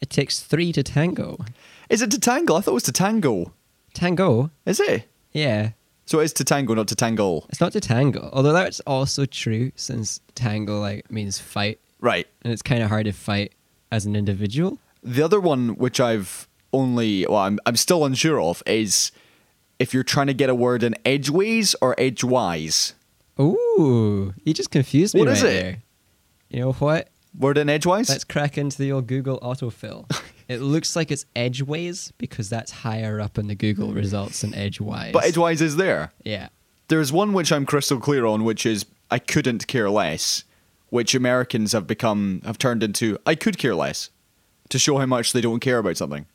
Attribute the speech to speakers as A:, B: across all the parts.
A: It takes three to tango.
B: Is it to tangle? I thought it was to tangle.
A: Tango?
B: Is it?
A: Yeah.
B: So it is to tangle, not to tangle.
A: It's not to tango, although that's also true since tango like means fight,
B: Right.
A: and it's kind of hard to fight as an individual.
B: The other one, which I've only, well, I'm, I'm still unsure of, is if you're trying to get a word in edgeways or edgewise.
A: Ooh, you just confused me
B: What
A: right
B: is it?
A: there. You know what?
B: Word in edgewise?
A: Let's crack into the old Google autofill. it looks like it's edgeways because that's higher up in the Google results than edgewise.
B: but edgewise is there.
A: yeah.
B: There's one which I'm crystal clear on, which is I couldn't care less, which Americans have become, have turned into I could care less to show how much they don't care about something.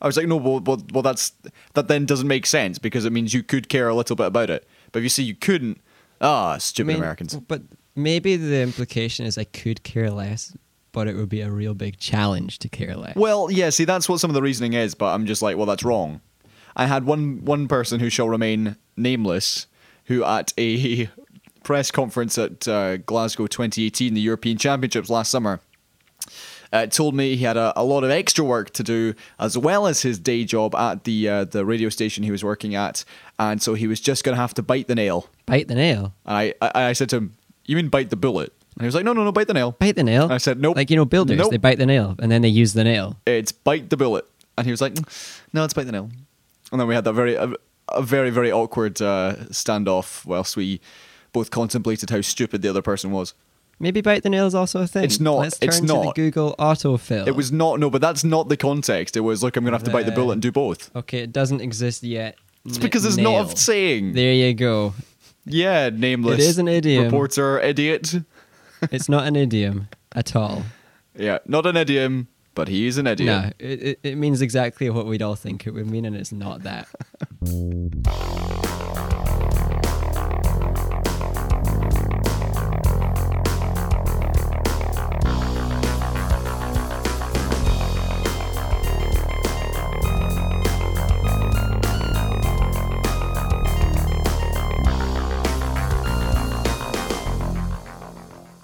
B: I was like, no, well, well, well that's, that then doesn't make sense because it means you could care a little bit about it. But if you say you couldn't, ah, stupid
A: mean,
B: Americans.
A: But maybe the implication is I could care less, but it would be a real big challenge to care less.
B: Well, yeah, see, that's what some of the reasoning is, but I'm just like, well, that's wrong. I had one one person who shall remain nameless, who at a press conference at uh, Glasgow 2018, the European Championships last summer, uh, told me he had a, a lot of extra work to do as well as his day job at the uh, the radio station he was working at, and so he was just going to have to bite the nail.
A: Bite the nail.
B: And I, I I said to him, "You mean bite the bullet?" And he was like, "No, no, no, bite the nail."
A: Bite the nail.
B: I said, nope.
A: Like you know, builders
B: Nope.
A: they bite the nail and then they use the nail.
B: it's bite the bullet. And he was like, "Mm, no, it's bite the nail. And then we had that very, a, a very, very awkward uh, standoff whilst we both contemplated how stupid the other person was.
A: Maybe bite the nail is also a thing.
B: It's not.
A: Let's turn
B: It's
A: to the
B: not.
A: Google autofill.
B: It was not, no, but that's not the context. It was, look, I'm going to have to bite the
A: Uh,
B: bullet and do both.
A: okay. It doesn't exist yet.
B: It's because there's not a saying.
A: There you go.
B: yeah, nameless.
A: It is an idiom.
B: Reporter, idiot.
A: It's not an idiom at all.
B: Yeah, not an idiom, but he is an idiom.
A: No, it, it, it means exactly what we'd all think it would mean, and it's not that.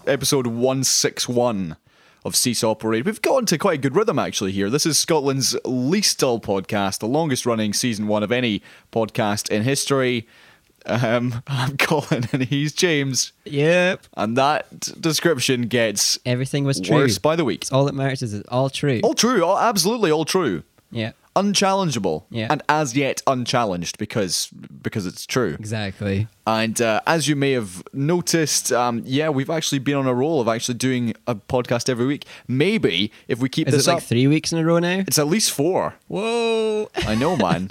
B: episode 161 of Seesaw Parade. We've got into quite a good rhythm actually here. This is Scotland's least dull podcast, the longest running season one of any podcast in history. Um, I'm Colin and he's James,
A: Yep.
B: and that description gets
A: Everything was true.
B: worse by the week.
A: It's all that matters is it's all true.
B: All true, all, absolutely all true.
A: Yeah,
B: Unchallengeable,
A: Yeah.
B: and as yet unchallenged because because it's true.
A: exactly.
B: And uh, as you may have noticed, um, yeah, we've actually been on a roll of actually doing a podcast every week. Maybe if we keep
A: Is
B: this
A: it like
B: up,
A: three weeks in a row now?
B: it's at least four.
A: Whoa.
B: I know, man.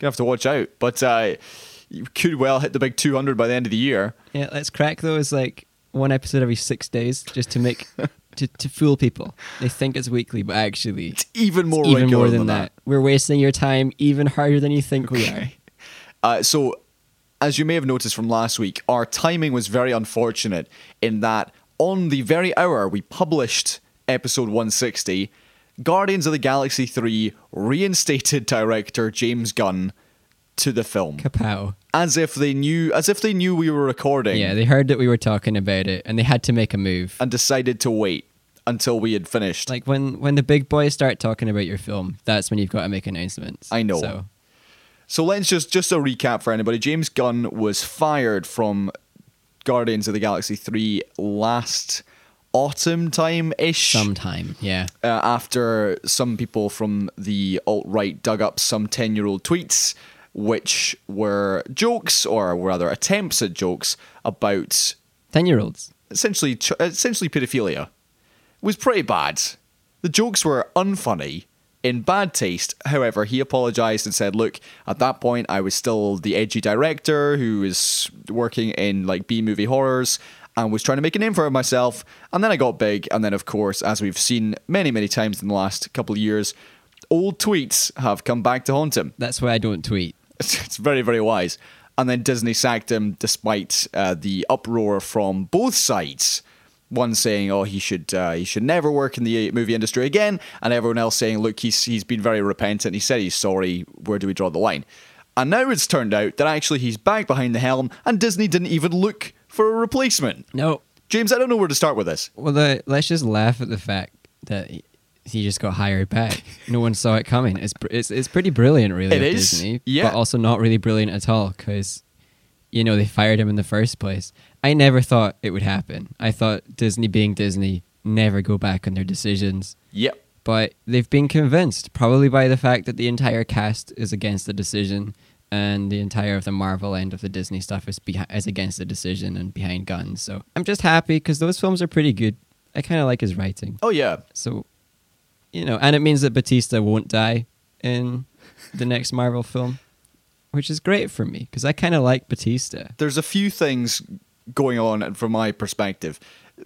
B: Gonna have to watch out. But uh, you could well hit the big 200 by the end of the year.
A: Yeah, let's crack those like one episode every six days just to make to, to fool people. They think it's weekly, but actually it's
B: Even more
A: even
B: regular
A: more than, that. We're wasting your time even harder than you think we are.
B: Uh, so, as you may have noticed from last week, our timing was very unfortunate in that on the very hour we published episode 160, Guardians of the Galaxy 3 reinstated director James Gunn to the film.
A: Kapow.
B: As if they knew as if they knew we were recording
A: Yeah, they heard that we were talking about it and they had to make a move.
B: and decided to wait until we had finished.
A: Like when when the big boys start talking about your film, that's when you've got to make announcements.
B: I know.
A: So
B: So let's just just a recap for anybody. James Gunn was fired from Guardians of the Galaxy three last autumn time ish.
A: sometime, yeah.
B: Uh, after some people from the alt right dug up some ten year old tweets, which were jokes or rather attempts at jokes about
A: Ten year olds.
B: essentially ch- essentially pedophilia It was pretty bad. The jokes were unfunny, in bad taste. However, he apologized and said, "Look, at that point, I was still the edgy director who was working in like B movie horrors." And was trying to make a name for myself, and then I got big, and then of course, as we've seen many, many times in the last couple of years, old tweets have come back to haunt him.
A: That's why I don't tweet.
B: It's, it's very, very wise. And then Disney sacked him despite uh, the uproar from both sides. One saying, "Oh, he should uh, he should never work in the uh, movie industry again," and everyone else saying, "Look, he's he's been very repentant. He said he's sorry. Where do we draw the line?" And now it's turned out that actually he's back behind the helm, and Disney didn't even look for a replacement.
A: No.
B: James, I don't know where to start with this.
A: Well, the, let's just laugh at the fact that he just got hired back. No one saw it coming. It's pr- it's, it's pretty brilliant, really.
B: It
A: of
B: is,
A: Disney,
B: yeah.
A: but also not really brilliant at all because, you know, they fired him in the first place. I never thought it would happen. I thought Disney, being Disney, never go back on their decisions.
B: Yep.
A: But they've been convinced, probably by the fact that the entire cast is against the decision, and the entire of the Marvel end of the Disney stuff is behi- is against the decision and behind guns. So I'm just happy because those films are pretty good. I kind of like his writing.
B: Oh yeah.
A: So, you know, and it means that Batista won't die in the next Marvel film, which is great for me because I kind of like Batista.
B: There's a few things going on from my perspective.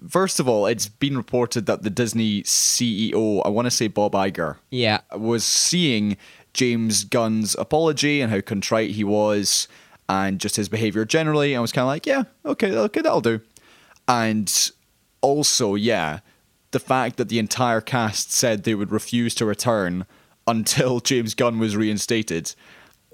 B: First of all, it's been reported that the Disney CEO, I want to say Bob Iger,
A: Yeah.
B: was seeing James Gunn's apology and how contrite he was and just his behavior generally. I was kind of like, yeah, okay, okay, that'll do. And also, yeah, the fact that the entire cast said they would refuse to return until James Gunn was reinstated.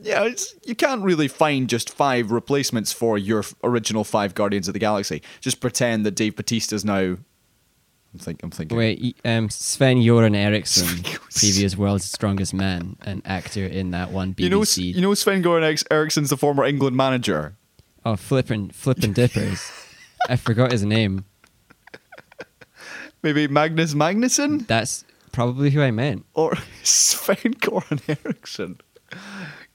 B: Yeah, it's, you can't really find just five replacements for your f- original five Guardians of the Galaxy. Just pretend that Dave Batista's now. I'm, think, I'm thinking.
A: Wait, y- um, Sven Joran Eriksson,
B: Sven-
A: previous world's strongest man, an actor in that one BBC.
B: You know, you know, Sven Goran Eriksson's the former England manager.
A: oh, flippin' flippin' dippers. I forgot his name.
B: Maybe Magnus Magnusson
A: That's probably who I meant.
B: or Sven Goran Eriksson.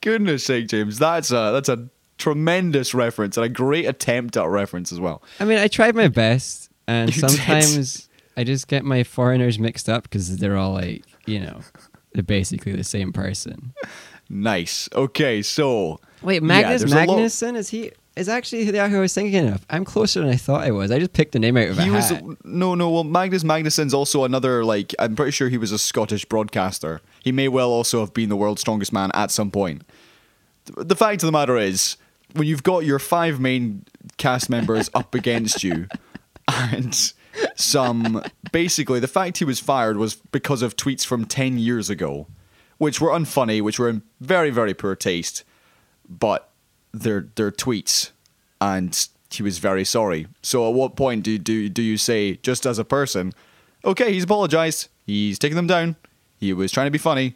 B: Goodness sake, James, that's a that's a tremendous reference and a great attempt at reference as well.
A: I mean, I tried my best, and
B: You did.
A: sometimes I just get my foreigners mixed up because they're all like, you know, they're basically the same person.
B: Nice. Okay, so
A: Wait,
B: Yeah,
A: Magnus
B: there's a lot-
A: Magnuson is he? Is actually the who I was thinking of. I'm closer than I thought I was. I just picked the name out of
B: he
A: a
B: was
A: hat.
B: no, no. Well, Magnus Magnusson's also another like I'm pretty sure he was a Scottish broadcaster. He may well also have been the world's strongest man at some point. Th- The fact of the matter is, when you've got your five main cast members up against you, and some basically the fact he was fired was because of tweets from ten years ago, which were unfunny, which were in very very poor taste, but they're they're tweets and he was very sorry. So at what point do do do you say just as a person, okay, he's apologized, he's taken them down, he was trying to be funny,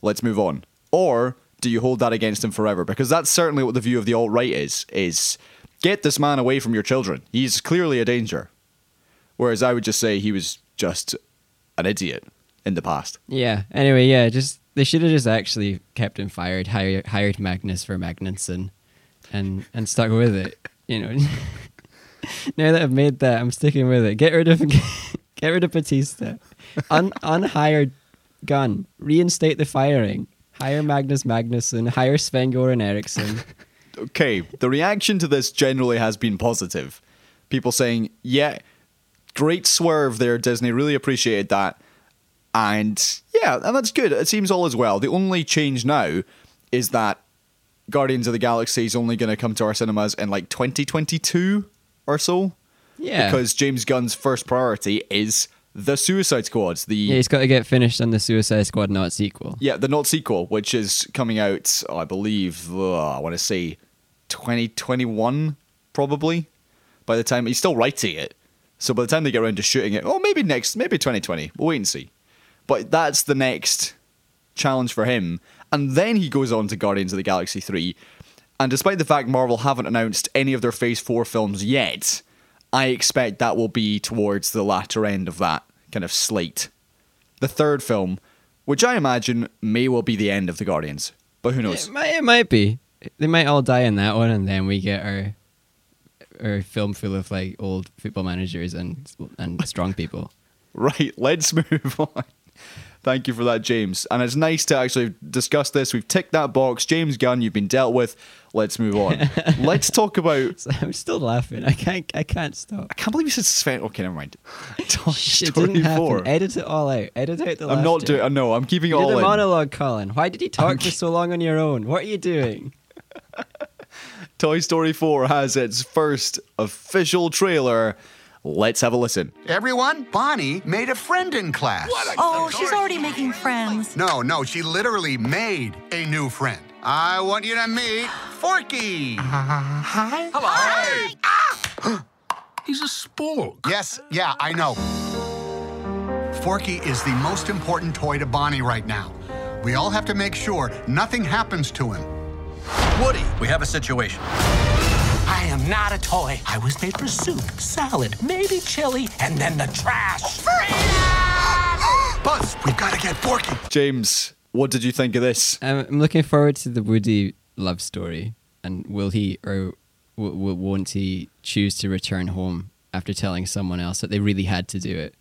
B: let's move on, or do you hold that against him forever? Because that's certainly what the view of the alt right is: is get this man away from your children. He's clearly a danger. Whereas I would just say he was just an idiot in the past.
A: Yeah. Anyway, yeah. Just they should have just actually kept him fired, hired hired Magnus for Magnuson, and and stuck with it. You know. now that I've made that, I'm sticking with it. Get rid of get rid of Batista, Un, unhired gun. Reinstate the firing. Hire Magnus Magnuson. Hire Sven Goran Eriksson.
B: okay, the reaction to this generally has been positive. People saying, yeah, great swerve there, Disney. Really appreciated that. And yeah, and that's good. It seems all is well. The only change now is that Guardians of the Galaxy is only going to come to our cinemas in like 2022 or so.
A: Yeah.
B: Because James Gunn's first priority is the Suicide Squads, the
A: yeah, he's got to get finished on the Suicide Squad, not sequel.
B: yeah, the not sequel, which is coming out, I believe, uh, I want to say 2021, probably. By the time he's still writing it, so by the time they get around to shooting it, oh, maybe next, maybe 2020. We'll wait and see. But that's the next challenge for him, and then he goes on to Guardians of the Galaxy 3. And despite the fact Marvel haven't announced any of their Phase 4 films yet, I expect that will be towards the latter end of that kind of slate the third film, which I imagine may well be the end of the Guardians. But who knows?
A: It might, it might be. They might all die in that one, and then we get our our film full of like old football managers and and strong people.
B: Right, let's move on. Thank you for that, James. And it's nice to actually discuss this. We've ticked that box. James Gunn, you've been dealt with. Let's move on. let's talk about.
A: So I'm still laughing. I can't. I can't stop.
B: I can't believe you said Sven. Okay, never mind. Toy
A: Shit, it
B: Oh, Story
A: didn't happen.
B: 4.
A: Edit it all out. Edit out the.
B: I'm not
A: laughter.
B: doing. No, I'm keeping it
A: You
B: all
A: did a
B: in.
A: monologue, Colin. Why did you talk for so long on your own? What are you doing?
B: Toy Story 4 has its first official trailer. Let's have a listen.
C: Everyone, Bonnie made a friend in class.
D: Oh, she's already making friends.
C: No, no, she literally made a new friend. I want you to meet Forky.
E: Ah! He's a spork.
C: yes, yeah, I know. Forky is the most important toy to Bonnie right now. We all have to make sure nothing happens to him.
E: Woody, we have a situation.
F: I am not a toy. I was made for soup, salad, maybe chili, and then the trash.
E: Buzz, we've got to get Forky.
B: James, what did you think of this?
A: I'm, Um, I'm looking forward to the Woody love story, and will he or w- w- won't he choose to return home after telling someone else that they really had to do it?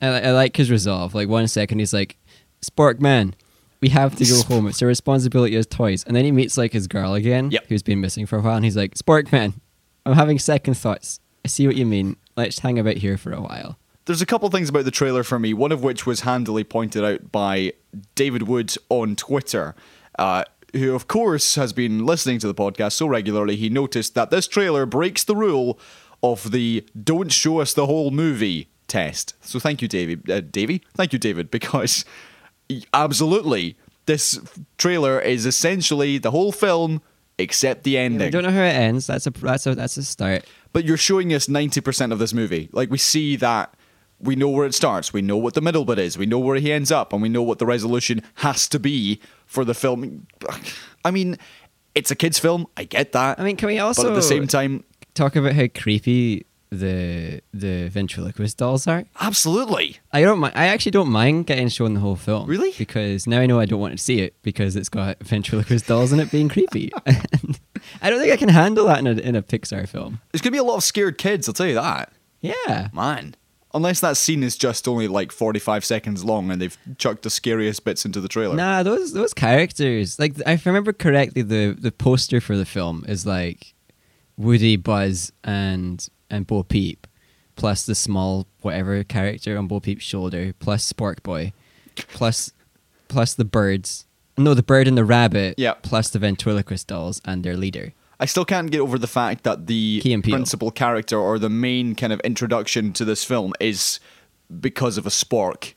A: I, li- I like his resolve. Like one second he's like, "Spork man, we have to go home. It's a responsibility as toys." And then he meets like his girl again,
B: Yep.
A: who's been missing for a while, and he's like, "Spork man, I'm having second thoughts. I see what you mean. Let's hang about here for a while."
B: There's a couple things about the trailer for me, one of which was handily pointed out by David Wood on Twitter, uh, who, of course, has been listening to the podcast so regularly, he noticed that this trailer breaks the rule of the don't show us the whole movie test. So thank you, David. Uh, Davey? Thank you, David, because absolutely, this trailer is essentially the whole film except the
A: I
B: ending.
A: don't know how it ends. That's a that's a that's a start.
B: but you're showing us 90% of this movie. Like, we see that we know where it starts, we know what the middle bit is, we know where he ends up, and we know what the resolution has to be for the film. I mean, it's a kid's film. I get that.
A: I mean, can we also
B: but at the same time,
A: talk about how creepy the the ventriloquist dolls are?
B: absolutely.
A: I don't mind. I actually don't mind getting shown the whole film.
B: Really?
A: Because now I know I don't want to see it because it's got ventriloquist dolls in it being creepy. And I don't think I can handle that in a in a Pixar film.
B: There's going to be a lot of scared kids, I'll tell you that.
A: Yeah.
B: Man. Unless that scene is just only like 45 seconds long and they've chucked the scariest bits into the trailer.
A: Nah, those those characters. Like if I remember correctly, the the poster for the film is like Woody, Buzz, and and Bo Peep, plus the small whatever character on Bo Peep's shoulder, plus Spork Boy, plus plus the birds. No, the bird and the rabbit.
B: Yeah.
A: Plus the ventriloquist dolls and their leader.
B: I still can't get over the fact that the
A: Key and Peele.
B: principal character or the main kind of introduction to this film is because of a spork.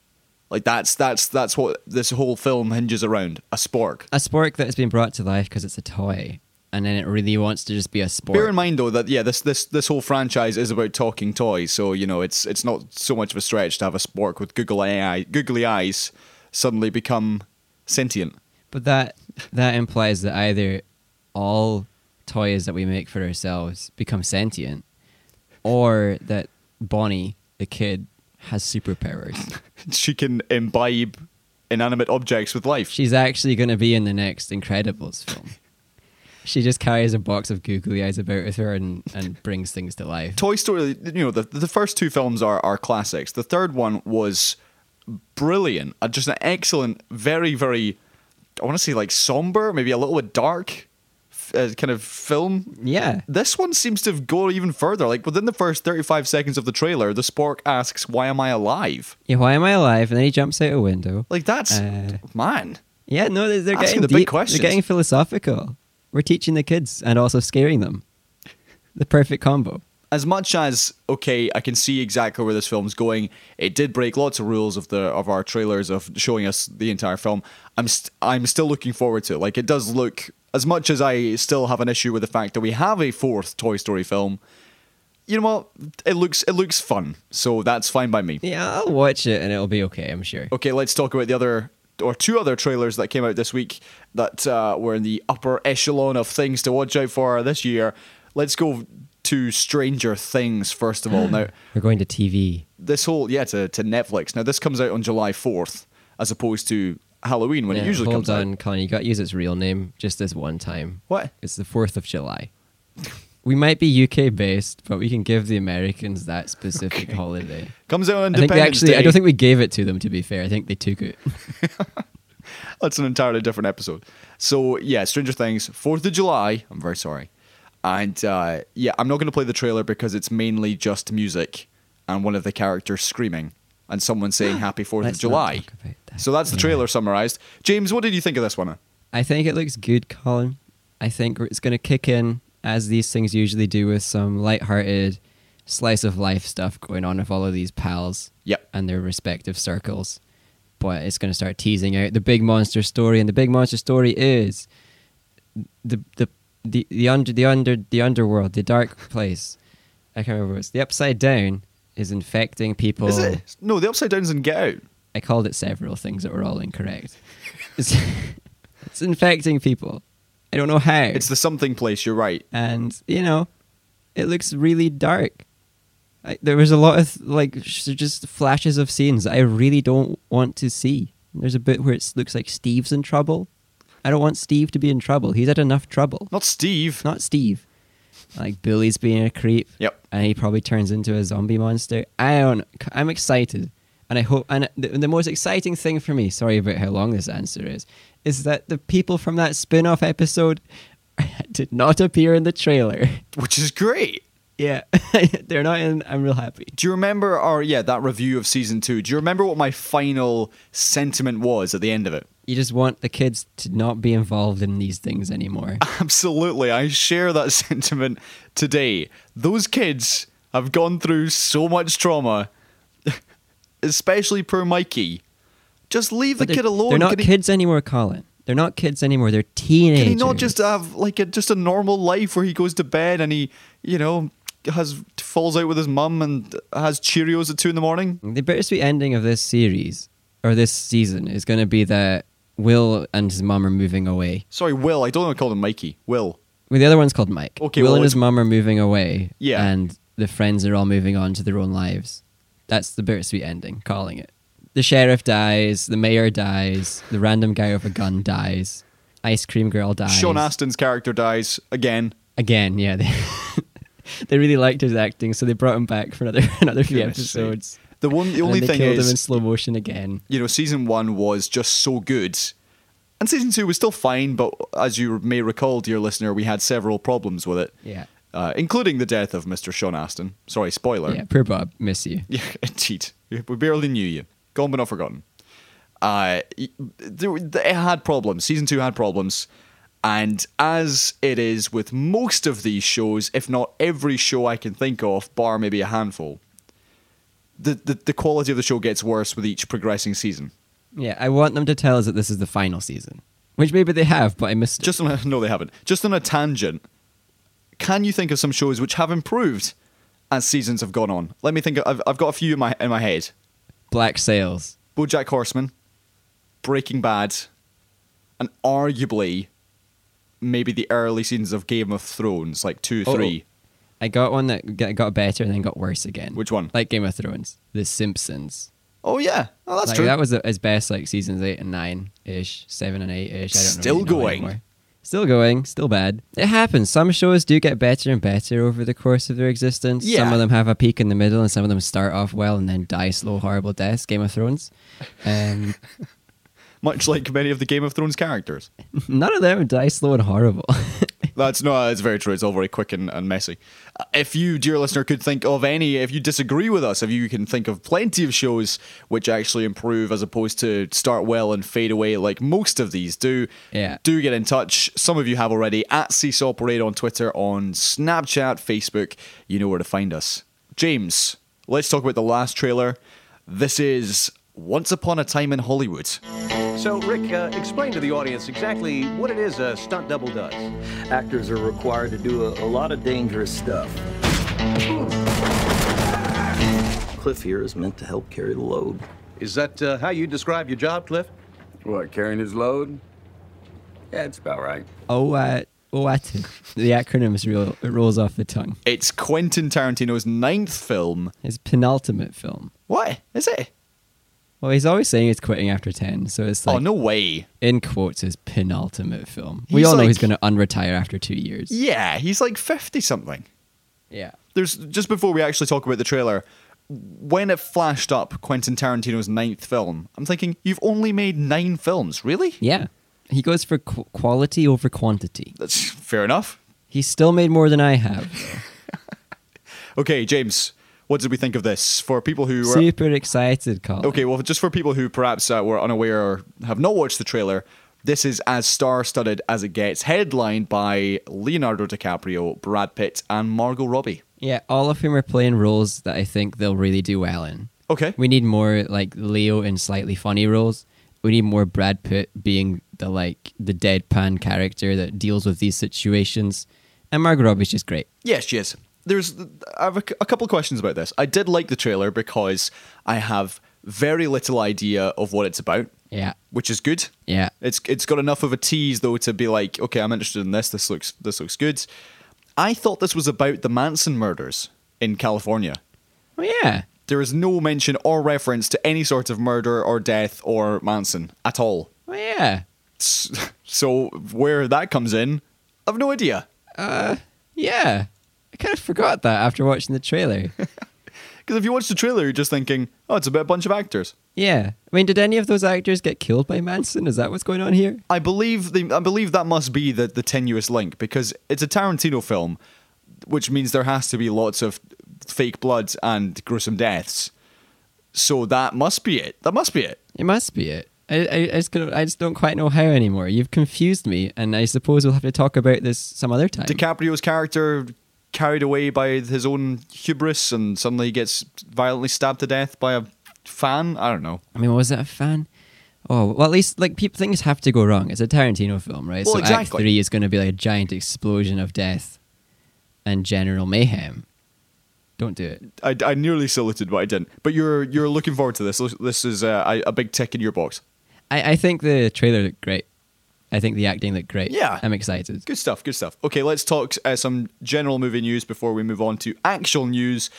B: Like that's that's that's what this whole film hinges around a spork.
A: A spork that has been brought to life because it's a toy, and then it really wants to just be a spork.
B: Bear in mind though that yeah this this this whole franchise is about talking toys, so you know it's it's not so much of a stretch to have a spork with googly eye googly eyes suddenly become sentient.
A: But that that implies that either all toys that we make for ourselves become sentient, or that Bonnie, the kid, has superpowers.
B: She can imbibe inanimate objects with life.
A: She's actually going to be in the next Incredibles film. She just carries a box of googly eyes about with her and, and brings things to life.
B: Toy Story, you know, the, the first two films are, are classics. The third one was brilliant, uh, just an excellent, very, very, I want to say like somber, maybe a little bit dark f- uh, kind of film.
A: Yeah.
B: This one seems to go even further. Like within the first 35 seconds of the trailer, the spork asks, Why am I alive?
A: Yeah, why am I alive? And then he jumps out a window.
B: Like that's,
A: Uh,
B: man.
A: Yeah, no, they're, they're
B: Asking
A: getting
B: the big
A: deep.
B: questions.
A: They're getting philosophical. We're teaching the kids and also scaring them. The perfect combo.
B: as much as okay, I can see exactly where this film's going. It did break lots of rules of the of our trailers of showing us the entire film. I'm st- I'm still looking forward to it. Like it does look as much as I still have an issue with the fact that we have a fourth Toy Story film. You know what? It looks it looks fun, so that's fine by me.
A: Yeah, I'll watch it and it'll be okay, I'm sure.
B: Okay, let's talk about the other or two other trailers that came out this week that uh, were in the upper echelon of things to watch out for this year. Let's go to Stranger Things first of all. Now.
A: We're going to TV.
B: this whole yeah to, to Netflix. Now this comes out on July fourth, as opposed to Halloween when it usually
A: hold
B: comes out.
A: on, Colin. You got to use its real name just this one time.
B: What?
A: It's the 4th of July. we might be UK based, but we can give the Americans that specific holiday.
B: Comes out
A: I
B: on
A: think they
B: Independence
A: actually,
B: Day.
A: I don't think we gave it to them, to be fair. I think they took it.
B: that's an entirely different episode. So yeah, Stranger Things, Fourth of July. I'm very sorry, and uh, yeah, I'm not going to play the trailer because it's mainly just music and one of the characters screaming and someone saying Happy Fourth of
A: Let's not
B: July.
A: talk about that.
B: So that's the trailer summarized. James, what did you think of this one?
A: I think it looks good, Colin. I think it's going to kick in as these things usually do with some light-hearted slice of life stuff going on with all of these pals.
B: Yep.
A: And their respective circles. But it's going to start teasing out the big monster story and the big monster story is the the the, the under the under the underworld, the dark place. I can't remember what it's the upside down is infecting people.
B: Is it? No, the upside down's in Get Out.
A: I called it several things that were all incorrect. It's, it's infecting people. I don't know how.
B: It's the something place. You're right.
A: Uh, and you know, it looks really dark. I, there was a lot of like sh- just flashes of scenes that I really don't want to see. There's a bit where it looks like Steve's in trouble. I don't want Steve to be in trouble. He's had enough trouble.
B: Not Steve.
A: Not Steve. Like Billy's being a creep.
B: Yep.
A: And he probably turns into a zombie monster. I don't. I'm excited, and I hope. And the, the most exciting thing for me, sorry about how long this answer is, is that the people from that spin-off episode did not appear in the trailer.
B: Which is great.
A: Yeah, they're not in. I'm real happy.
B: Do you remember our yeah that review of season two? Do you remember what my final sentiment was at the end of it?
A: You just want the kids to not be involved in these things anymore.
B: Ah, Absolutely, I share that sentiment today. Those kids have gone through so much trauma, especially per Mikey. Just leave
A: But
B: the
A: they're-
B: kid alone.
A: They're not
B: Can he-
A: kids anymore, Colin. They're not kids anymore. They're teenagers.
B: Can he not just have like a, just a normal life where he goes to bed and he, you know, has falls out with his mum and has Cheerios at two in the morning?
A: The bittersweet ending of this series or this season is going to be that Will and his mum are moving away.
B: Sorry, Will. I don't want to call him Mikey. Will.
A: Well, the other one's called Mike.
B: Okay,
A: Will
B: well,
A: and
B: it's-
A: his mum are moving away.
B: Yeah.
A: And the friends are all moving on to their own lives. That's the bittersweet ending. Calling it. The sheriff dies. The mayor dies. The random guy with a gun dies. Ice cream girl dies.
B: Sean Astin's character dies again.
A: again. Yeah. They, they really liked his acting, so they brought him back for another another few
B: Goodness sake.
A: episodes.
B: The one, the
A: And
B: only
A: then they
B: thing
A: killed
B: is,
A: him in slow motion again.
B: you know, season one was just so good, and season two was still fine. But as you may recall, dear listener, we had several problems with it.
A: Yeah.
B: Uh, including the death of Mr. Sean Astin. Sorry, spoiler.
A: Yeah. Poor Bob. Miss you.
B: Yeah, indeed. We barely knew you. Gone but not forgotten. Uh, y- there, were- it had problems. Season two had problems. And as it is with most of these shows, if not every show I can think of, bar maybe a handful, the, the, the quality of the show gets worse with each progressing season.
A: Yeah, I want them to tell us that this is the final season, which maybe they have, but I missed it.
B: Just on a, no, they haven't. Just on a tangent, can you think of some shows which have improved as seasons have gone on? Let me think. I've, I've got a few in my in my head.
A: Black Sails.
B: BoJack Horseman, Breaking Bad, and arguably maybe the early seasons of Game of Thrones, like two,
A: Uh-oh.
B: three.
A: I got one that g- got better and then got worse again.
B: Which one?
A: Like Game of Thrones, The Simpsons.
B: Oh yeah, oh that's
A: like
B: true.
A: that was the- his best, like seasons eight and nine ish, seven and eight ish. I don't know
B: Still
A: really know
B: going.
A: anymore. Still going, still bad. It happens. Some shows do get better and better over the course of their existence. Some
B: Yeah.
A: of them have a peak in the middle, and some of them start off well and then die slow, horrible deaths. Game of Thrones. Um,
B: Much like many of the Game of Thrones characters.
A: none of them die slow and horrible.
B: That's no, that's very true. It's all very quick and, and messy. Uh, If you, dear listener, could think of any, if you disagree with us, if you can think of plenty of shows which actually improve as opposed to start well and fade away like most of these do,
A: Yeah.
B: do get in touch. Some of you have already at Seesaw Parade on Twitter, on Snapchat, Facebook. You know where to find us. James, let's talk about the last trailer. This is Once Upon a Time in Hollywood.
G: So, Rick, uh, explain to the audience exactly what it is a stunt double does.
H: actors are required to do a, a lot of dangerous stuff. Cliff here is meant to help carry the load.
G: Is that uh, how you describe your job, Cliff?
E: What, carrying his load? Yeah, it's about right.
A: Oh, uh, oh, I do. the acronym is real. It rolls off the tongue.
B: It's Quentin Tarantino's ninth film.
A: His penultimate film.
B: What is it?
A: Well, he's always saying he's quitting after ten, so it's like
B: oh no way!
A: in quotes his penultimate film. We
B: He's
A: all know he's going to
B: like-
A: unretire after two years.
B: Yeah, he's like 50 something.
A: Yeah.
B: There's just before we actually talk about the trailer, when it flashed up Quentin Tarantino's ninth film, I'm thinking, you've only made nine films, really?
A: Yeah. He goes for qu- quality over quantity.
B: That's fair enough.
A: He's still made more than I have.
B: Okay, James, what did we think of this? For people who were
A: Super excited, Colin.
B: Okay, well, just for people who perhaps uh, were unaware or have not watched the trailer, this is as star studded as it gets, headlined by Leonardo DiCaprio, Brad Pitt, and Margot Robbie.
A: Yeah, all of whom are playing roles that I think they'll really do well in.
B: Okay.
A: We need more like Leo in slightly funny roles. We need more Brad Pitt being the like the deadpan character that deals with these situations. And Margot Robbie's just great.
B: Yes, she is. there's I have a, c- a couple of questions about this. I did like the trailer because I have very little idea of what it's about,
A: Yeah.
B: which is good.
A: Yeah.
B: It's it's got enough of a tease though to be like, okay, I'm interested in this. This looks this looks good. I thought this was about the Manson murders in California.
A: Oh yeah.
B: There is no mention or reference to any sort of murder or death or Manson at all.
A: Oh yeah.
B: S- So where that comes in, I've no idea.
A: Yeah. I kind of forgot that after watching the trailer.
B: Because if you watch the trailer, you're just thinking, oh, it's about a bunch of actors.
A: yeah. I mean, did any of those actors get killed by Manson? Is that what's going on here?
B: I believe the I believe that must be the, the tenuous link because it's a Tarantino film, which means there has to be lots of fake blood and gruesome deaths. So that must be it. That must be it.
A: It must be it. I, I, I, just, couldn't- I just don't quite know how anymore. You've confused me, and I suppose we'll have to talk about this some other time.
B: DiCaprio's character carried away by his own hubris and suddenly he gets violently stabbed to death by a fan. I don't know.
A: I mean, was it a fan? Oh, well, at least like people, things have to go wrong. It's a Tarantino film, right?
B: Well,
A: so
B: exactly.
A: Act Three is going to be like a giant explosion of death and general mayhem. Don't do it.
B: I, I nearly saluted, but I didn't. But you're you're looking forward to this. This is a, a big tick in your box.
A: I, I think the trailer looked great. I think the acting looked great.
B: Yeah.
A: I'm excited.
B: Good stuff, good stuff. Okay, let's talk uh, some general movie news before we move on to actual news.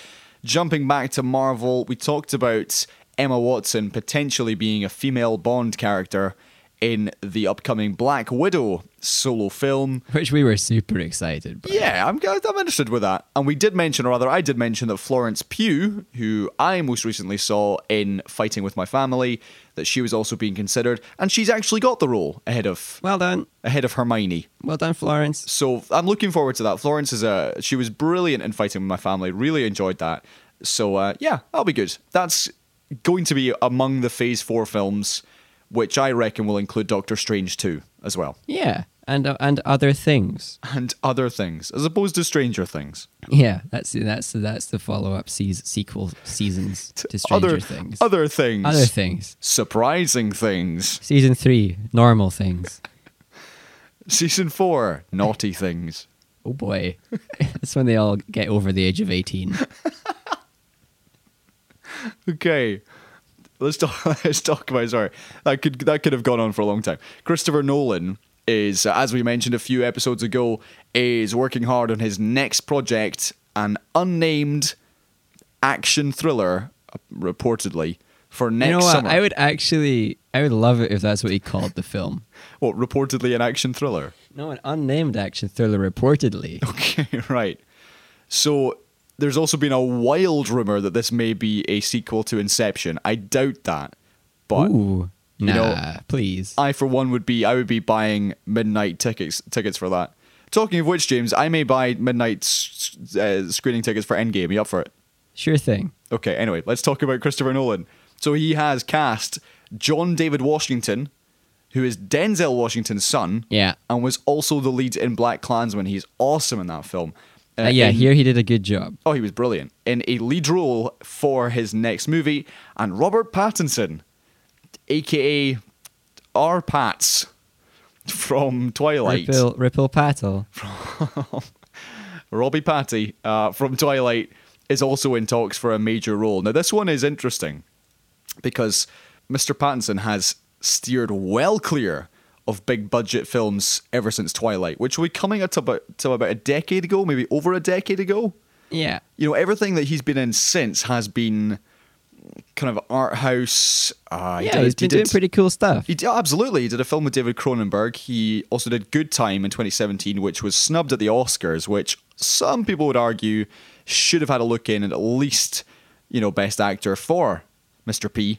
B: Jumping back to Marvel, we talked about Emma Watson potentially being a female Bond character in the upcoming Black Widow solo film.
A: Which we were super excited. By.
B: Yeah, I'm, I'm interested with that. And we did mention, or rather, I did mention that Florence Pugh, who I most recently saw in Fighting with My Family, that she was also being considered, and she's actually got the role ahead of
A: Well done.
B: ahead of Hermione.
A: Well done, Florence.
B: So I'm looking forward to that. Florence is a she was brilliant in fighting with my family. Really enjoyed that. So uh, yeah, that'll be good. That's going to be among the Phase Four films, which I reckon will include Doctor Strange too as well
A: Yeah. And uh, and other things.
B: and other things as opposed to Stranger Things.
A: Yeah, that's that's that's the follow up season, sequel seasons to Stranger
B: other
A: Things.
B: other things,
A: Other things.
B: surprising things.
A: Season three, normal things.
B: Season four, naughty things.
A: Oh boy, that's when they all get over the age of eighteen.
B: Okay. Let's talk. Let's talk about. Sorry, that could that could have gone on for a long time. Christopher Nolan is, uh, as we mentioned a few episodes ago, is working hard on his next project, an unnamed action thriller, uh, reportedly for next
A: you know what?
B: summer.
A: I would actually, I would love it if that's what he called the film.
B: What reportedly an action thriller?
A: No, an unnamed action thriller, reportedly.
B: Okay, right. So there's also been a wild rumor that this may be a sequel to Inception. I doubt that, but.
A: Ooh, nah,
B: know-
A: please.
B: I for one would be I would be buying midnight tickets tickets for that. Talking of which, James, I may buy midnight s- s- uh, screening tickets for Endgame. Are you up for it?
A: Sure thing.
B: Okay. Anyway, let's talk about Christopher Nolan. So he has cast John David Washington, who is Denzel Washington's son,
A: Yeah.
B: and was also the lead in Black Klansman. He's awesome in that film. Uh,
A: Uh, yeah,
B: in-
A: here he did a good job.
B: Oh, he was brilliant in a lead role for his next movie, and Robert Pattinson, aka R. Pats from Twilight,
A: Ripple, Ripple Patel.
B: Robbie Patty uh, from Twilight, is also in talks for a major role. Now, this one is interesting because Mr. Pattinson has steered well clear of big budget films ever since Twilight, which will be coming up to about, to about a decade ago, maybe over a decade ago.
A: Yeah.
B: you know, everything that he's been in since has been kind of art house. Uh, he
A: Yeah,
B: did-
A: he's
B: he
A: been doing
B: did-
A: pretty cool stuff.
B: He did, absolutely. He did a film with David Cronenberg. He also did Good Time in 2017, which was snubbed at the Oscars, which some people would argue should have had a look in at at least, you know, Best Actor for Mr. P,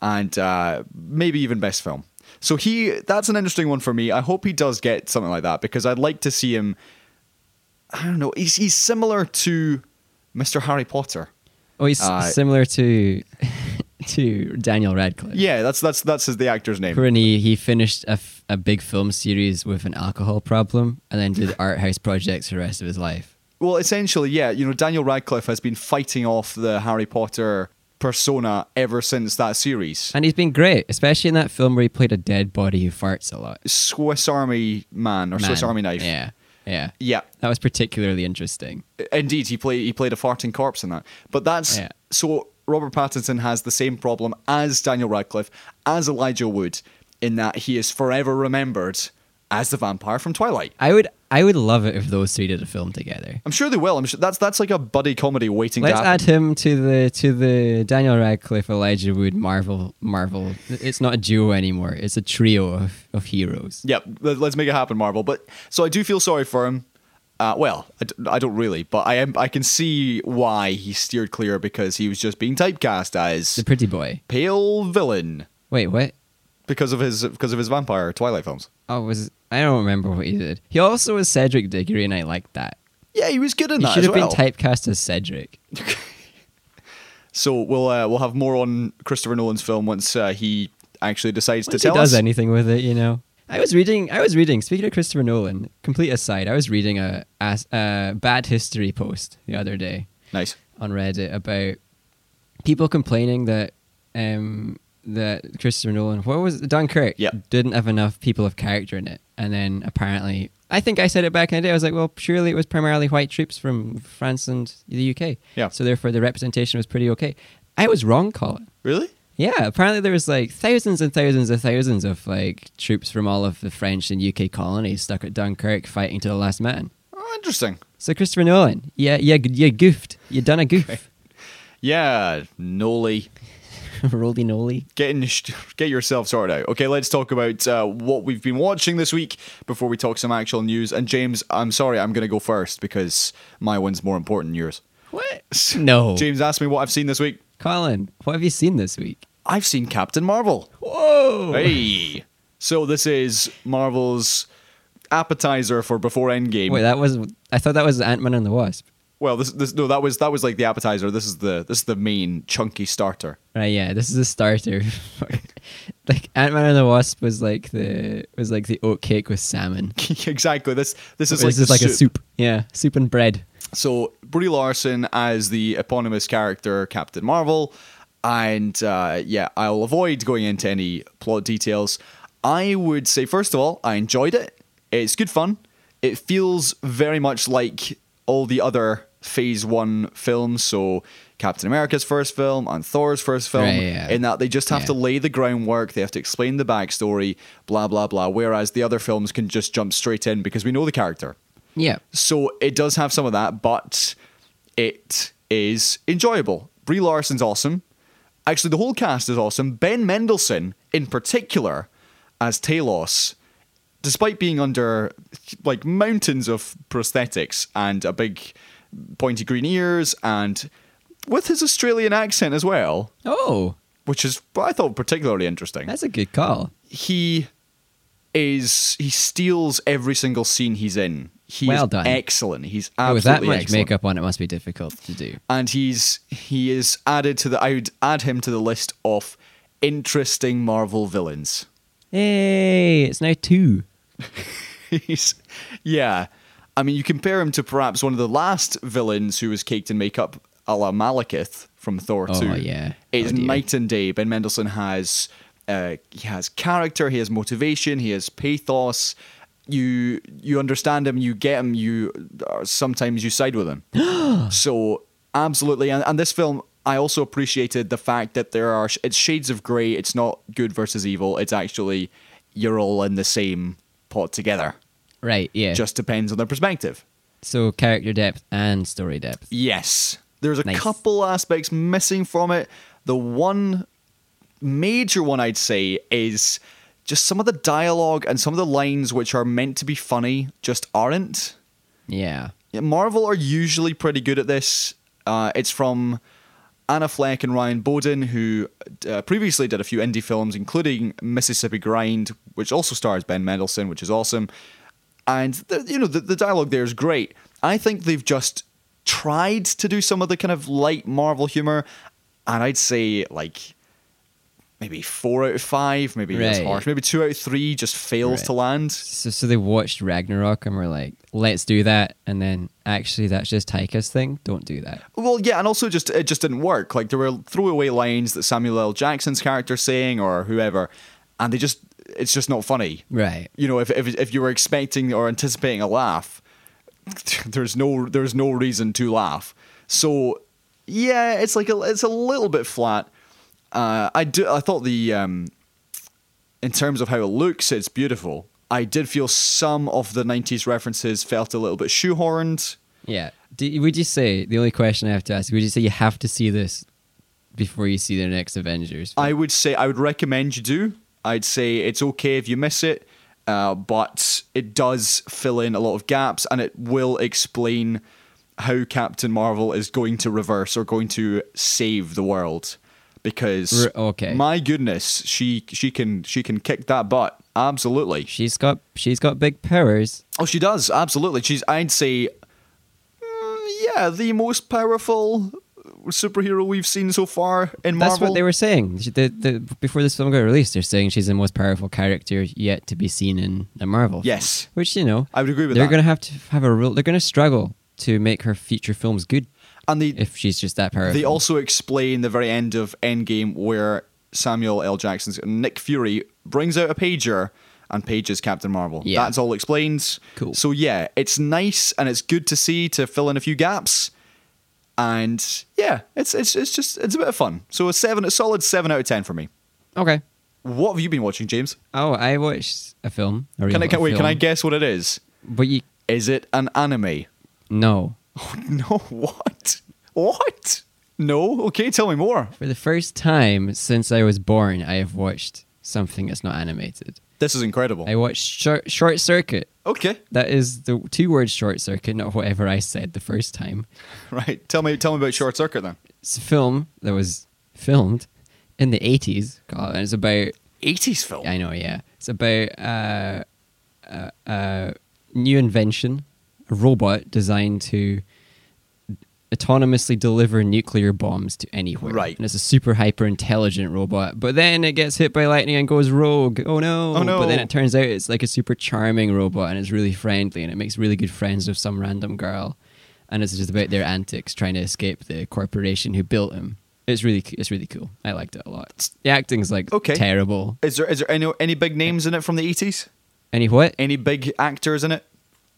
B: and uh, maybe even Best Film. So he, that's an interesting one for me. I hope he does get something like that because I'd like to see him. I don't know. He's he's similar to Mr. Harry Potter.
A: Oh, he's
B: Uh,
A: similar to to Daniel Radcliffe.
B: Yeah, that's that's that's his, the actor's name.
A: When he, he finished a, f- a big film series with an alcohol problem and then did art house projects for the rest of his life.
B: Well, essentially, yeah, you know, Daniel Radcliffe has been fighting off the Harry Potter persona ever since that series.
A: And he's been great, especially in that film where he played a dead body who farts a lot.
B: Swiss Army Man or Swiss
A: Man,
B: Army Knife.
A: Yeah. Yeah.
B: Yeah.
A: That was particularly interesting.
B: Indeed, he played he played a farting corpse in that. But that's
A: Yeah.
B: so Robert Pattinson has the same problem as Daniel Radcliffe, as Elijah Wood, in that he is forever remembered as the vampire from Twilight.
A: I would I would love it if those three did a film together.
B: I'm sure they will. I'm sure that's that's like a buddy comedy waiting
A: Let's
B: to happen.
A: add him to the to the Daniel Radcliffe, Elijah Wood, Marvel Marvel. It's not a duo anymore. It's a trio of, of heroes.
B: Yep, let- let's make it happen, Marvel. But so I do feel sorry for him. Uh, well, I, d- I don't really, but I am. I can see why he steered clear because he was just being typecast
A: The
B: as
A: pretty boy.
B: pale villain
A: Wait, what?
B: because of his because of his vampire Twilight films.
A: Oh, was I don't remember what he did. He also was Cedric Diggory, and I liked that.
B: Yeah, he was good in
A: He
B: that
A: should
B: as
A: have
B: well.
A: been typecast as Cedric.
B: so we'll uh, we'll have more on Christopher Nolan's film once uh, he actually decides
A: Once
B: to
A: he
B: tell
A: does
B: us.
A: anything with it, you know. I was reading. I was reading. Speaking of Christopher Nolan, complete aside. I was reading a, a, a bad history post the other day
B: nice.
A: on Reddit about people complaining that um, that Christopher Nolan, what was it, Dunkirk,
B: Yep.
A: didn't have enough people of character in it, and then apparently, I think I said it back in the day. I was like, well, surely it was primarily white troops from France and the UK,
B: Yeah.
A: So therefore, the representation was pretty okay. I was wrong, Colin.
B: Really?
A: Yeah, apparently there was like thousands and thousands and thousands of like troops from all of the French and UK colonies stuck at Dunkirk fighting to the last man.
B: Oh, interesting.
A: So Christopher Nolan, yeah, yeah, you goofed. You done a goof.
B: Yeah, Noli.
A: Rolly noly.
B: getting sh- get yourself sorted out. Okay, let's talk about uh, what we've been watching this week before we talk some actual news. And James, I'm sorry, I'm going to go first because my one's more important than yours.
A: What? No.
B: James asked me what I've seen this week.
A: Colin, what have you seen this week?
B: I've seen Captain Marvel.
A: Whoa.
B: Hey. So this is Marvel's appetizer for before Endgame.
A: Wait, that was I thought that was Ant Man and the Wasp.
B: well, this, this no, that was that was like the appetizer. This is the this is the main chunky starter.
A: Right, yeah, this is a starter. like Ant Man and the Wasp was like the was like the oat cake with salmon.
B: exactly. This this is
A: This
B: like
A: is
B: the
A: like a soup. Yeah. Soup and bread.
B: So Brie Larson as the eponymous character Captain Marvel, and uh, yeah, I'll avoid going into any plot details. I would say first of all, I enjoyed it. It's good fun. It feels very much like all the other Phase One films. So Captain America's first film and Thor's first film,
A: Right, yeah.
B: in that they just have
A: Yeah.
B: to lay the groundwork. They have to explain the backstory, blah blah blah. Whereas the other films can just jump straight in because we know the character.
A: Yeah.
B: So it does have some of that, but it is enjoyable. Brie Larson's awesome. Actually, the whole cast is awesome. Ben Mendelsohn, in particular, as Talos, despite being under like mountains of prosthetics and a big pointy green ears, and with his Australian accent as well,
A: Oh.
B: which is I thought particularly interesting
A: That's a good call.
B: he is he steals every single scene he's in. He
A: Well
B: is
A: done.
B: excellent. He's
A: Oh, with
B: absolutely
A: that much
B: excellent.
A: makeup on, it must be difficult to do.
B: And he's he is added to the I would add him to the list of interesting Marvel villains.
A: Hey, it's now two.
B: He's yeah. I mean you compare him to perhaps one of the last villains who was caked in makeup, a la Malekith from Thor
A: Oh,
B: 2.
A: yeah.
B: It's
A: Oh, dear.
B: night and day. Ben Mendelsohn has uh, he has character, he has motivation, he has pathos. You you understand him, you get him, you uh, sometimes you side with him. so absolutely, and, and this film, I also appreciated the fact that there are sh- it's shades of grey. It's not good versus evil. It's actually you're all in the same pot together.
A: Right, yeah.
B: Just depends on their perspective.
A: so character depth and story depth.
B: Yes. There's a
A: Nice.
B: couple aspects missing from it. The one major one I'd say is just some of the dialogue and some of the lines which are meant to be funny just aren't.
A: Yeah.
B: Yeah, Marvel are usually pretty good at this. Uh, it's from Anna Fleck and Ryan Bowden, who uh, previously did a few indie films, including Mississippi Grind, which also stars Ben Mendelsohn, which is awesome. And the, you know the, the dialogue there is great. I think they've just tried to do some of the kind of light Marvel humor, and I'd say like maybe four out of five, maybe that's
A: Right.
B: harsh, maybe two out of three just fails
A: Right.
B: to land.
A: So, so they watched Ragnarok and were like, let's do that. And then actually, that's just Taika's thing. Don't do that.
B: Well, yeah, and also just it just didn't work. Like there were throwaway lines that Samuel L. Jackson's character saying or whoever, and they just it's just not funny.
A: Right.
B: You know, if if if you were expecting or anticipating a laugh, there's no there's no reason to laugh. So yeah, it's like a, it's a little bit flat. Uh, I do I thought the um, in terms of how it looks, it's beautiful. I did feel some of the '90s references felt a little bit shoehorned.
A: Yeah. Do, would you say the only question I have to ask? Would you say you have to see this before you see the next Avengers?
B: I would say I would recommend you do. I'd say it's okay if you miss it, uh, but it does fill in a lot of gaps and it will explain how Captain Marvel is going to reverse or going to save the world. Because
A: R- okay.
B: my goodness, she she can she can kick that butt absolutely.
A: she's got she's got big powers.
B: Oh, she does absolutely. She's I'd say, mm, yeah, the most powerful superhero we've seen so far in Marvel.
A: That's what they were saying. She- The, the, before this film got released, they're saying she's the most powerful character yet to be seen in a Marvel. film.
B: Yes.
A: which you know,
B: I would agree with
A: They're
B: that.
A: going to have to have a real. They're going to struggle to make her future films good
B: and they
A: if she's just that powerful.
B: They also explain the very end of Endgame where Samuel L. Jackson's Nick Fury brings out a pager and pages Captain Marvel.
A: Yeah.
B: That's all explained.
A: Cool.
B: So yeah, it's nice and it's good to see to fill in a few gaps. And yeah, it's it's it's just it's a bit of fun. So a seven, a solid seven out of ten for me.
A: okay.
B: What have you been watching, James?
A: Oh, I watched a film. a
B: Can I
A: real-
B: can,
A: a
B: wait? Can I
A: film.
B: guess what it is?
A: But you
B: Is it an anime? Oh,
A: no.
B: No. What? What? No. Okay, tell me more.
A: For the first time since I was born, I have watched something that's not animated.
B: This is incredible.
A: I watched Short, Short Circuit.
B: okay.
A: That is the two word Short Circuit, not whatever I said the first time.
B: Right. Tell me tell me about Short Circuit then.
A: It's a film that was filmed in the 80s. God, and it's about
B: 80s film.
A: I know, yeah. It's about uh, uh, uh, new invention, a robot designed to autonomously deliver nuclear bombs to anywhere.
B: Right.
A: And it's a super hyper intelligent robot, but then it gets hit by lightning and goes rogue. Oh no.
B: Oh, no.
A: But then it turns out it's like a super charming robot and it's really friendly and it makes really good friends with some random girl. And it's just about their antics trying to escape the corporation who built him. It's really, it's really cool. I liked it a lot. The acting's like
B: Okay.
A: terrible,
B: Is there is there any any big names in it from the 80s?
A: any what?
B: Any big actors in it?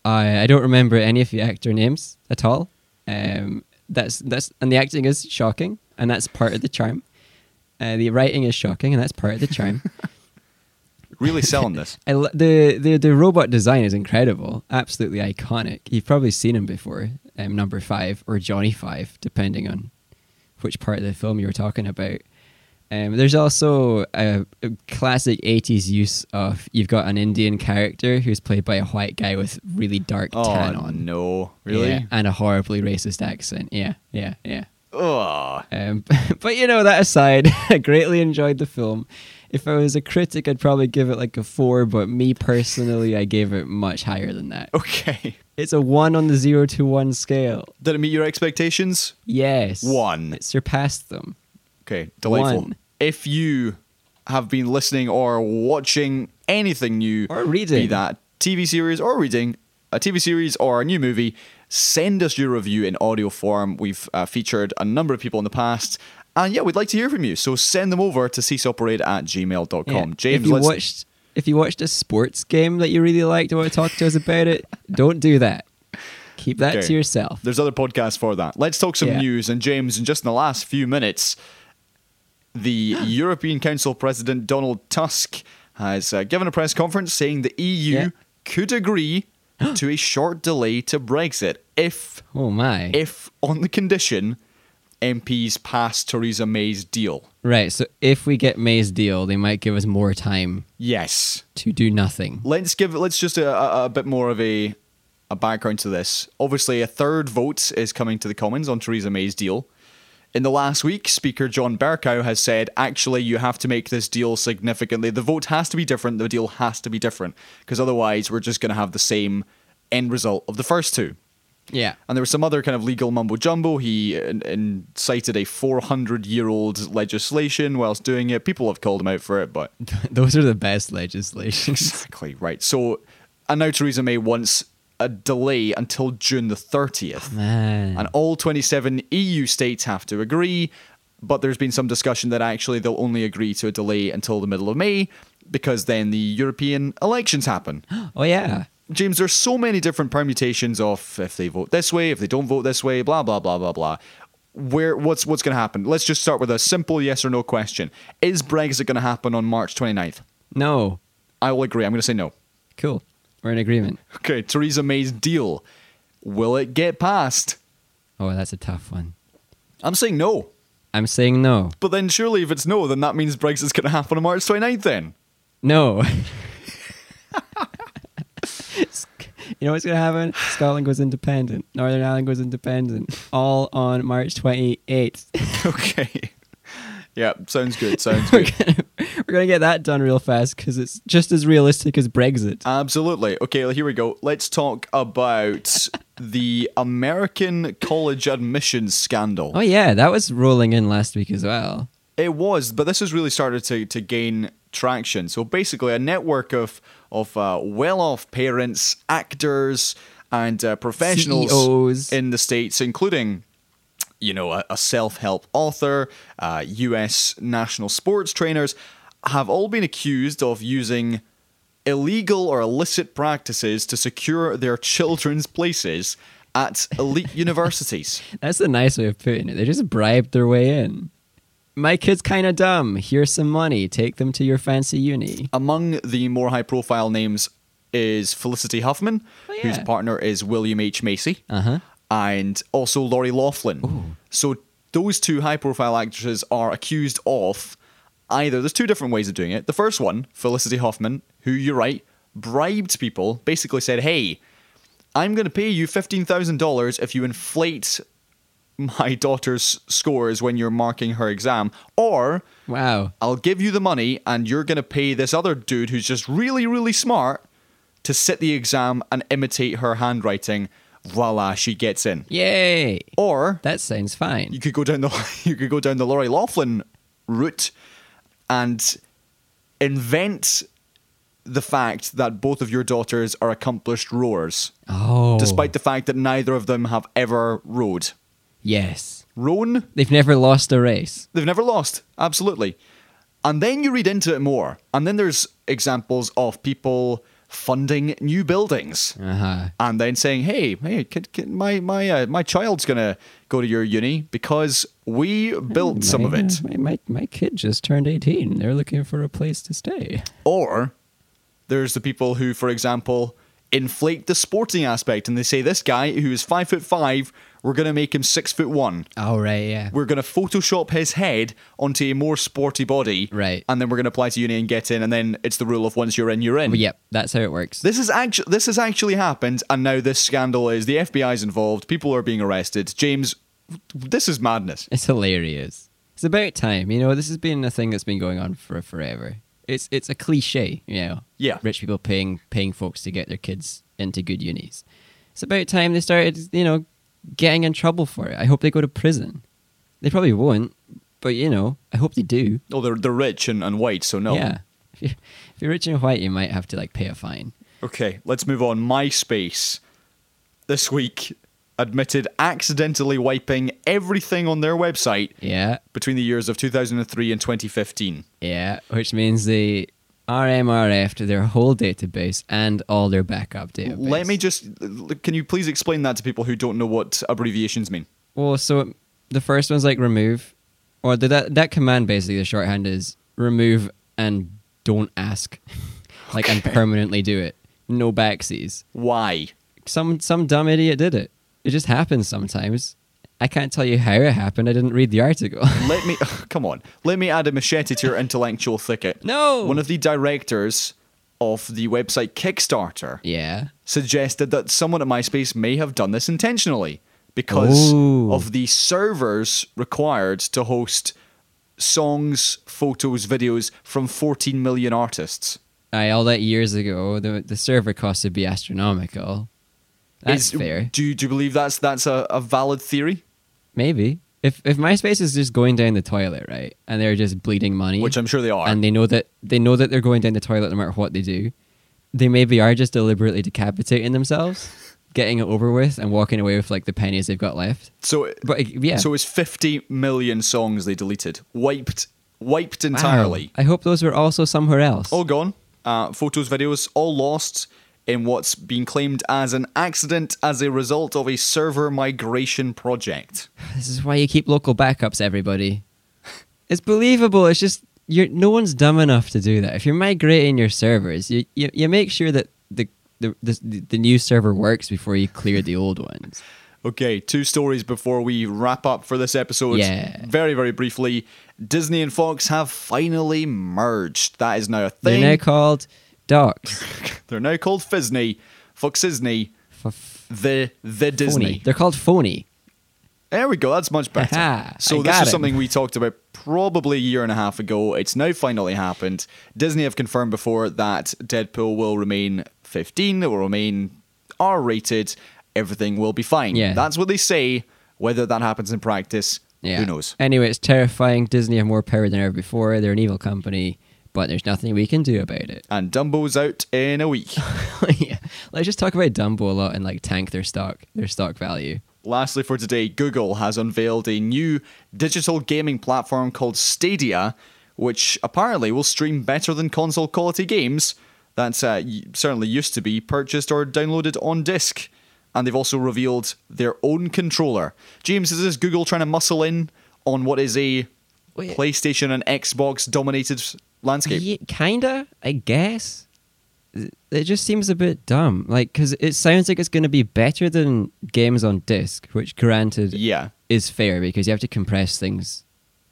A: I I don't remember any of the actor names at all. Um, that's that's and the acting is shocking, and that's part of the charm. Uh, the writing is shocking, and that's part of the charm.
B: Really selling this.
A: I lo- the, the the robot design is incredible, absolutely iconic. You've probably seen him before, um, number five or Johnny Five, depending on which part of the film you were talking about. Um, there's also a, a classic '80s use of you've got an Indian character who's played by a white guy with really dark
B: Oh
A: tan on.
B: no.
A: Yeah,
B: Really?
A: and a horribly racist accent. Yeah, yeah, yeah.
B: Oh.
A: Um, but you know, that aside, I greatly enjoyed the film. If I was a critic, I'd probably give it like a four, but me personally, I gave it much higher than that.
B: Okay.
A: It's a one on the zero to one scale.
B: Did it meet your expectations?
A: Yes.
B: One.
A: It surpassed them.
B: Okay, delightful.
A: One.
B: If you have been listening or watching anything new,
A: Or reading.
B: be that TV series or reading a TV series or a new movie, send us your review in audio form. We've uh, featured a number of people in the past. And yeah, we'd like to hear from you. So send them over to ceaseoperate at gmail.com.
A: Yeah.
B: James,
A: if you
B: let's-
A: watched if you watched a sports game that you really liked and want to talk to us about it, don't do that. Keep that
B: Okay.
A: to yourself.
B: There's other podcasts for that. Let's talk some
A: Yeah.
B: news. And James, in just in the last few minutes, the European Council President Donald Tusk has uh, given a press conference saying the EU
A: Yeah.
B: could agree to a short delay to Brexit if,
A: Oh my.
B: if on the condition MPs pass Theresa May's deal.
A: Right, so if we get May's deal, they might give us more time
B: Yes.
A: to do nothing.
B: let's give let's just a, a, a bit more of a a background to this. Obviously, a third vote is coming to the Commons on Theresa May's deal. In the last week, Speaker John Bercow has said, actually, you have to make this deal significantly. The vote has to be different. The deal has to be different because otherwise, we're just going to have the same end result of the first two.
A: Yeah.
B: And there was some other kind of legal mumbo jumbo. He in- in- cited a 400 year old legislation whilst doing it. People have called him out for it, but
A: Those are the best legislations.
B: Exactly right. So, and now Theresa May wants a delay until June the 30th.
A: Man.
B: And all 27 EU states have to agree, but there's been some discussion that actually they'll only agree to a delay until the middle of May because then the European elections happen.
A: Oh yeah.
B: James, there's so many different permutations of if they vote this way, if they don't vote this way, blah blah blah blah blah. Where what's what's going to happen? Let's just start with a simple yes or no question. Is Brexit going to happen on March 29th?
A: No.
B: I will agree. I'm going to say no.
A: Cool. We're in agreement.
B: Okay, Theresa May's deal. Will it get passed?
A: Oh, that's a tough one.
B: I'm saying no.
A: I'm saying no.
B: But then surely if it's no, then that means Brexit's going to happen on March 29th then.
A: No. you know what's going to happen? Scotland goes independent. Northern Ireland goes independent. All on March 28th.
B: okay. Yeah, sounds good. Sounds good.
A: We're going to get that done real fast because it's just as realistic as Brexit.
B: Absolutely. Okay, well, here we go. Let's talk about the American college admissions scandal.
A: Oh, yeah. That was rolling in last week as well.
B: It was, but this has really started to, to gain traction. So basically, a network of of uh, well off parents, actors, and uh, professionals
A: CEOs.
B: in the states, including you know a, a self help author, uh, U.S. national sports trainers, have all been accused of using illegal or illicit practices to secure their children's places at elite universities.
A: That's the nice way of putting it. They just bribed their way in. My kid's kind of dumb. Here's some money. Take them to your fancy uni.
B: Among the more high profile names is Felicity Huffman,
A: Oh,
B: whose
A: yeah.
B: partner is William H. Macy,
A: Uh-huh.
B: and also Laurie Laughlin. So those two high profile actresses are accused of either there's two different ways of doing it. The first one, Felicity Huffman, who you're right, bribed people, basically said, Hey, I'm going to pay you $15,000 if you inflate my daughter's scores when you're marking her exam, or
A: Wow.
B: I'll give you the money and you're going to pay this other dude who's just really, really smart to sit the exam and imitate her handwriting. Voila, she gets in.
A: Yay.
B: Or
A: That sounds fine.
B: you could go down the you could go down the Laurie Laughlin route and invent the fact that both of your daughters are accomplished rowers,
A: Oh.
B: despite the fact that neither of them have ever rowed.
A: Yes.
B: Rown
A: They've never lost a race.
B: They've never lost, absolutely. And then you read into it more, and then there's examples of people funding new buildings,
A: Uh-huh.
B: and then saying, "Hey, hey, kid, kid, my my uh, my child's gonna go to your uni because we built some of
A: My, uh,
B: it."
A: My, my, my kid just turned 18. They're looking for a place to stay.
B: Or there's the people who, for example, inflate the sporting aspect, and they say, "This guy who is five foot five, we're gonna make him six foot one."
A: Oh, right, yeah.
B: we're going to Photoshop his head onto a more sporty body.
A: Right.
B: And then we're going to apply to uni and get in. And then it's the rule of once you're in, you're in.
A: But yep, that's how it works.
B: This is actually this has actually happened, and now this scandal is the FBI's involved. People are being arrested. James, this is madness.
A: It's hilarious. It's about time. You know, this has been a thing that's been going on for forever. It's it's a cliche, you know.
B: Yeah.
A: Rich people paying paying folks to get their kids into good unis. It's about time they started, you know, getting in trouble for it. I hope they go to prison. They probably won't, but you know, I hope they do.
B: Oh, they're they're rich and, and white, so no.
A: Yeah. If you- if you're rich and white, you might have to like pay a fine.
B: Okay, let's move on. MySpace this week admitted accidentally wiping everything on their website
A: Yeah.
B: between the years of 2003 and 2015.
A: Yeah, which means they RMRF'd their whole database and all their backup database.
B: Let me just. Can you please explain that to people who don't know what abbreviations mean?
A: Well, so the first one's like remove, or the, that that command basically the shorthand is remove and don't ask, like and permanently do it. No backseas.
B: Why?
A: Some some dumb idiot did it. It just happens sometimes. I can't tell you how it happened. I didn't read the article.
B: Let me. Come on. Let me add a machete to your intellectual thicket.
A: No!
B: One of the directors of the website Kickstarter
A: yeah.
B: suggested that someone at MySpace may have done this intentionally because
A: Ooh.
B: of the servers required to host songs, photos, videos from 14 million artists.
A: I all that years ago. The the server costs would be astronomical. That's
B: Is-
A: fair.
B: Do you, do you believe that's that's a, a valid theory?
A: Maybe. If if MySpace is just going down the toilet, right, and they're just bleeding money,
B: Which I'm sure they are.
A: and they know that they know that they're going down the toilet no matter what they do, they maybe are just deliberately decapitating themselves, getting it over with, and walking away with like the pennies they've got left.
B: so
A: But like, yeah,
B: So it's 50 million songs they deleted, wiped, wiped
A: Wow.
B: entirely. Oh.
A: I hope those were also somewhere else.
B: All gone. Uh, photos, videos, all lost. in what's been claimed as an accident as a result of a server migration project.
A: This is why you keep local backups, everybody. It's believable. It's just you're no one's dumb enough to do that. If you're migrating your servers, you you, you make sure that the the, the the new server works before you clear the old ones.
B: Okay, two stories before we wrap up for this episode.
A: Yeah.
B: Very, very briefly. Disney and Fox have finally merged. That is now a thing.
A: They're now called docs.
B: They're now called Fisney, Foxisney,
A: F-
B: the the Disney.
A: phony. They're called phony.
B: There we go. That's much better.
A: Haha,
B: so
A: I
B: this
A: got
B: is
A: him.
B: something we talked about probably a year and a half ago. It's now finally happened. Disney have confirmed before that Deadpool will remain 15. It will remain R-rated. Everything will be fine.
A: Yeah.
B: That's what they say. Whether that happens in practice,
A: Yeah.
B: who knows?
A: Anyway, it's terrifying. Disney have more power than ever before. They're an evil company, but there's nothing we can do about it.
B: And Dumbo's out in a week.
A: yeah. Let's just talk about Dumbo a lot and like tank their stock, their stock value.
B: Lastly, for today, Google has unveiled a new digital gaming platform called Stadia, which apparently will stream better than console quality games that uh, y- certainly used to be purchased or downloaded on disc. And they've also revealed their own controller. James, is this Google trying to muscle in on what is a
A: Wait.
B: PlayStation and Xbox dominated landscape?
A: Yeah, kinda, I guess. It just seems a bit dumb, like because it sounds like it's going to be better than games on disc, which granted,
B: Yeah.
A: is fair because you have to compress things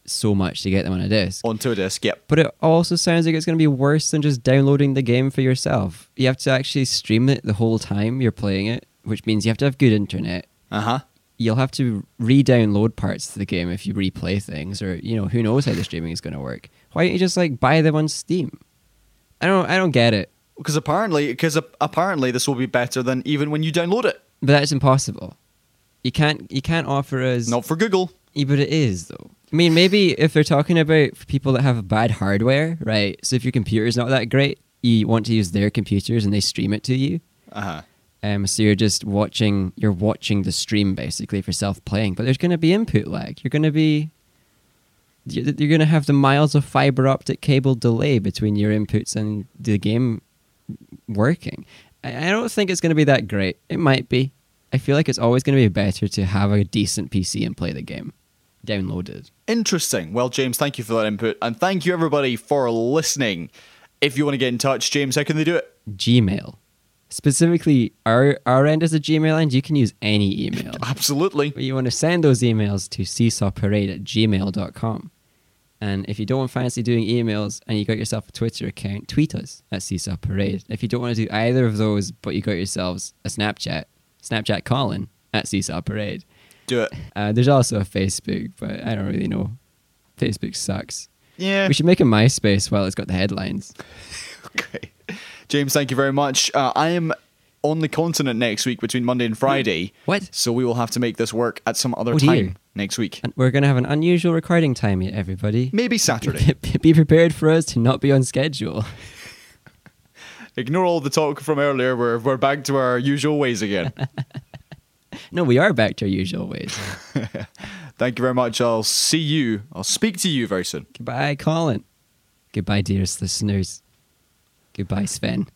A: so much to get them on a disc.
B: Onto a disc, yep.
A: But it also sounds like it's going to be worse than just downloading the game for yourself. You have to actually stream it the whole time you're playing it, which means you have to have good internet.
B: Uh huh.
A: You'll have to re-download parts of the game if you replay things, or you know who knows how the streaming is going to work. Why don't you just like buy them on Steam? I don't, I don't get it.
B: Because apparently, because apparently, this will be better than even when you download it.
A: But that's impossible. You can't, you can't offer us.
B: Not for Google.
A: Yeah, E, but it is though. I mean, maybe if they're talking about people that have bad hardware, right? So if your computer's not that great, you want to use their computers and they stream it to you.
B: Uh huh.
A: Um, so you're just watching, you're watching the stream basically for self-playing. But there's going to be input lag. You're going to be, you're going to have the miles of fiber optic cable delay between your inputs and the game working. I I don't think it's going to be that great. It might be. I feel like it's always going to be better to have a decent PC and play the game downloaded.
B: Interesting. Well, James, thank you for that input. And thank you, everybody, for listening. If you want to get in touch, James, how can they do it?
A: Gmail. Specifically, our, our end is a Gmail and you can use any email.
B: Absolutely.
A: But you want to send those emails to seesawparade at gmail.com. And if you don't fancy doing emails and you got yourself a Twitter account, tweet us at Seesaw Parade. If you don't want to do either of those, but you got yourselves a Snapchat, Snapchat Colin at Seesaw Parade.
B: Do it.
A: Uh, there's also a Facebook, but I don't really know. Facebook sucks.
B: Yeah.
A: We should make a MySpace while it's got the headlines.
B: Okay. James, thank you very much. Uh, I am on the continent next week between Monday and Friday.
A: What?
B: So we will have to make this work at some other
A: Oh,
B: time
A: dear.
B: next week.
A: And we're going to have an unusual recording time here, everybody.
B: Maybe Saturday.
A: Be prepared for us to not be on schedule.
B: Ignore all the talk from earlier. We're, we're back to our usual ways again.
A: No, we are back to our usual ways.
B: thank you very much. I'll see you. I'll speak to you very soon.
A: Goodbye, Colin. Goodbye, dearest listeners. Goodbye, Sven.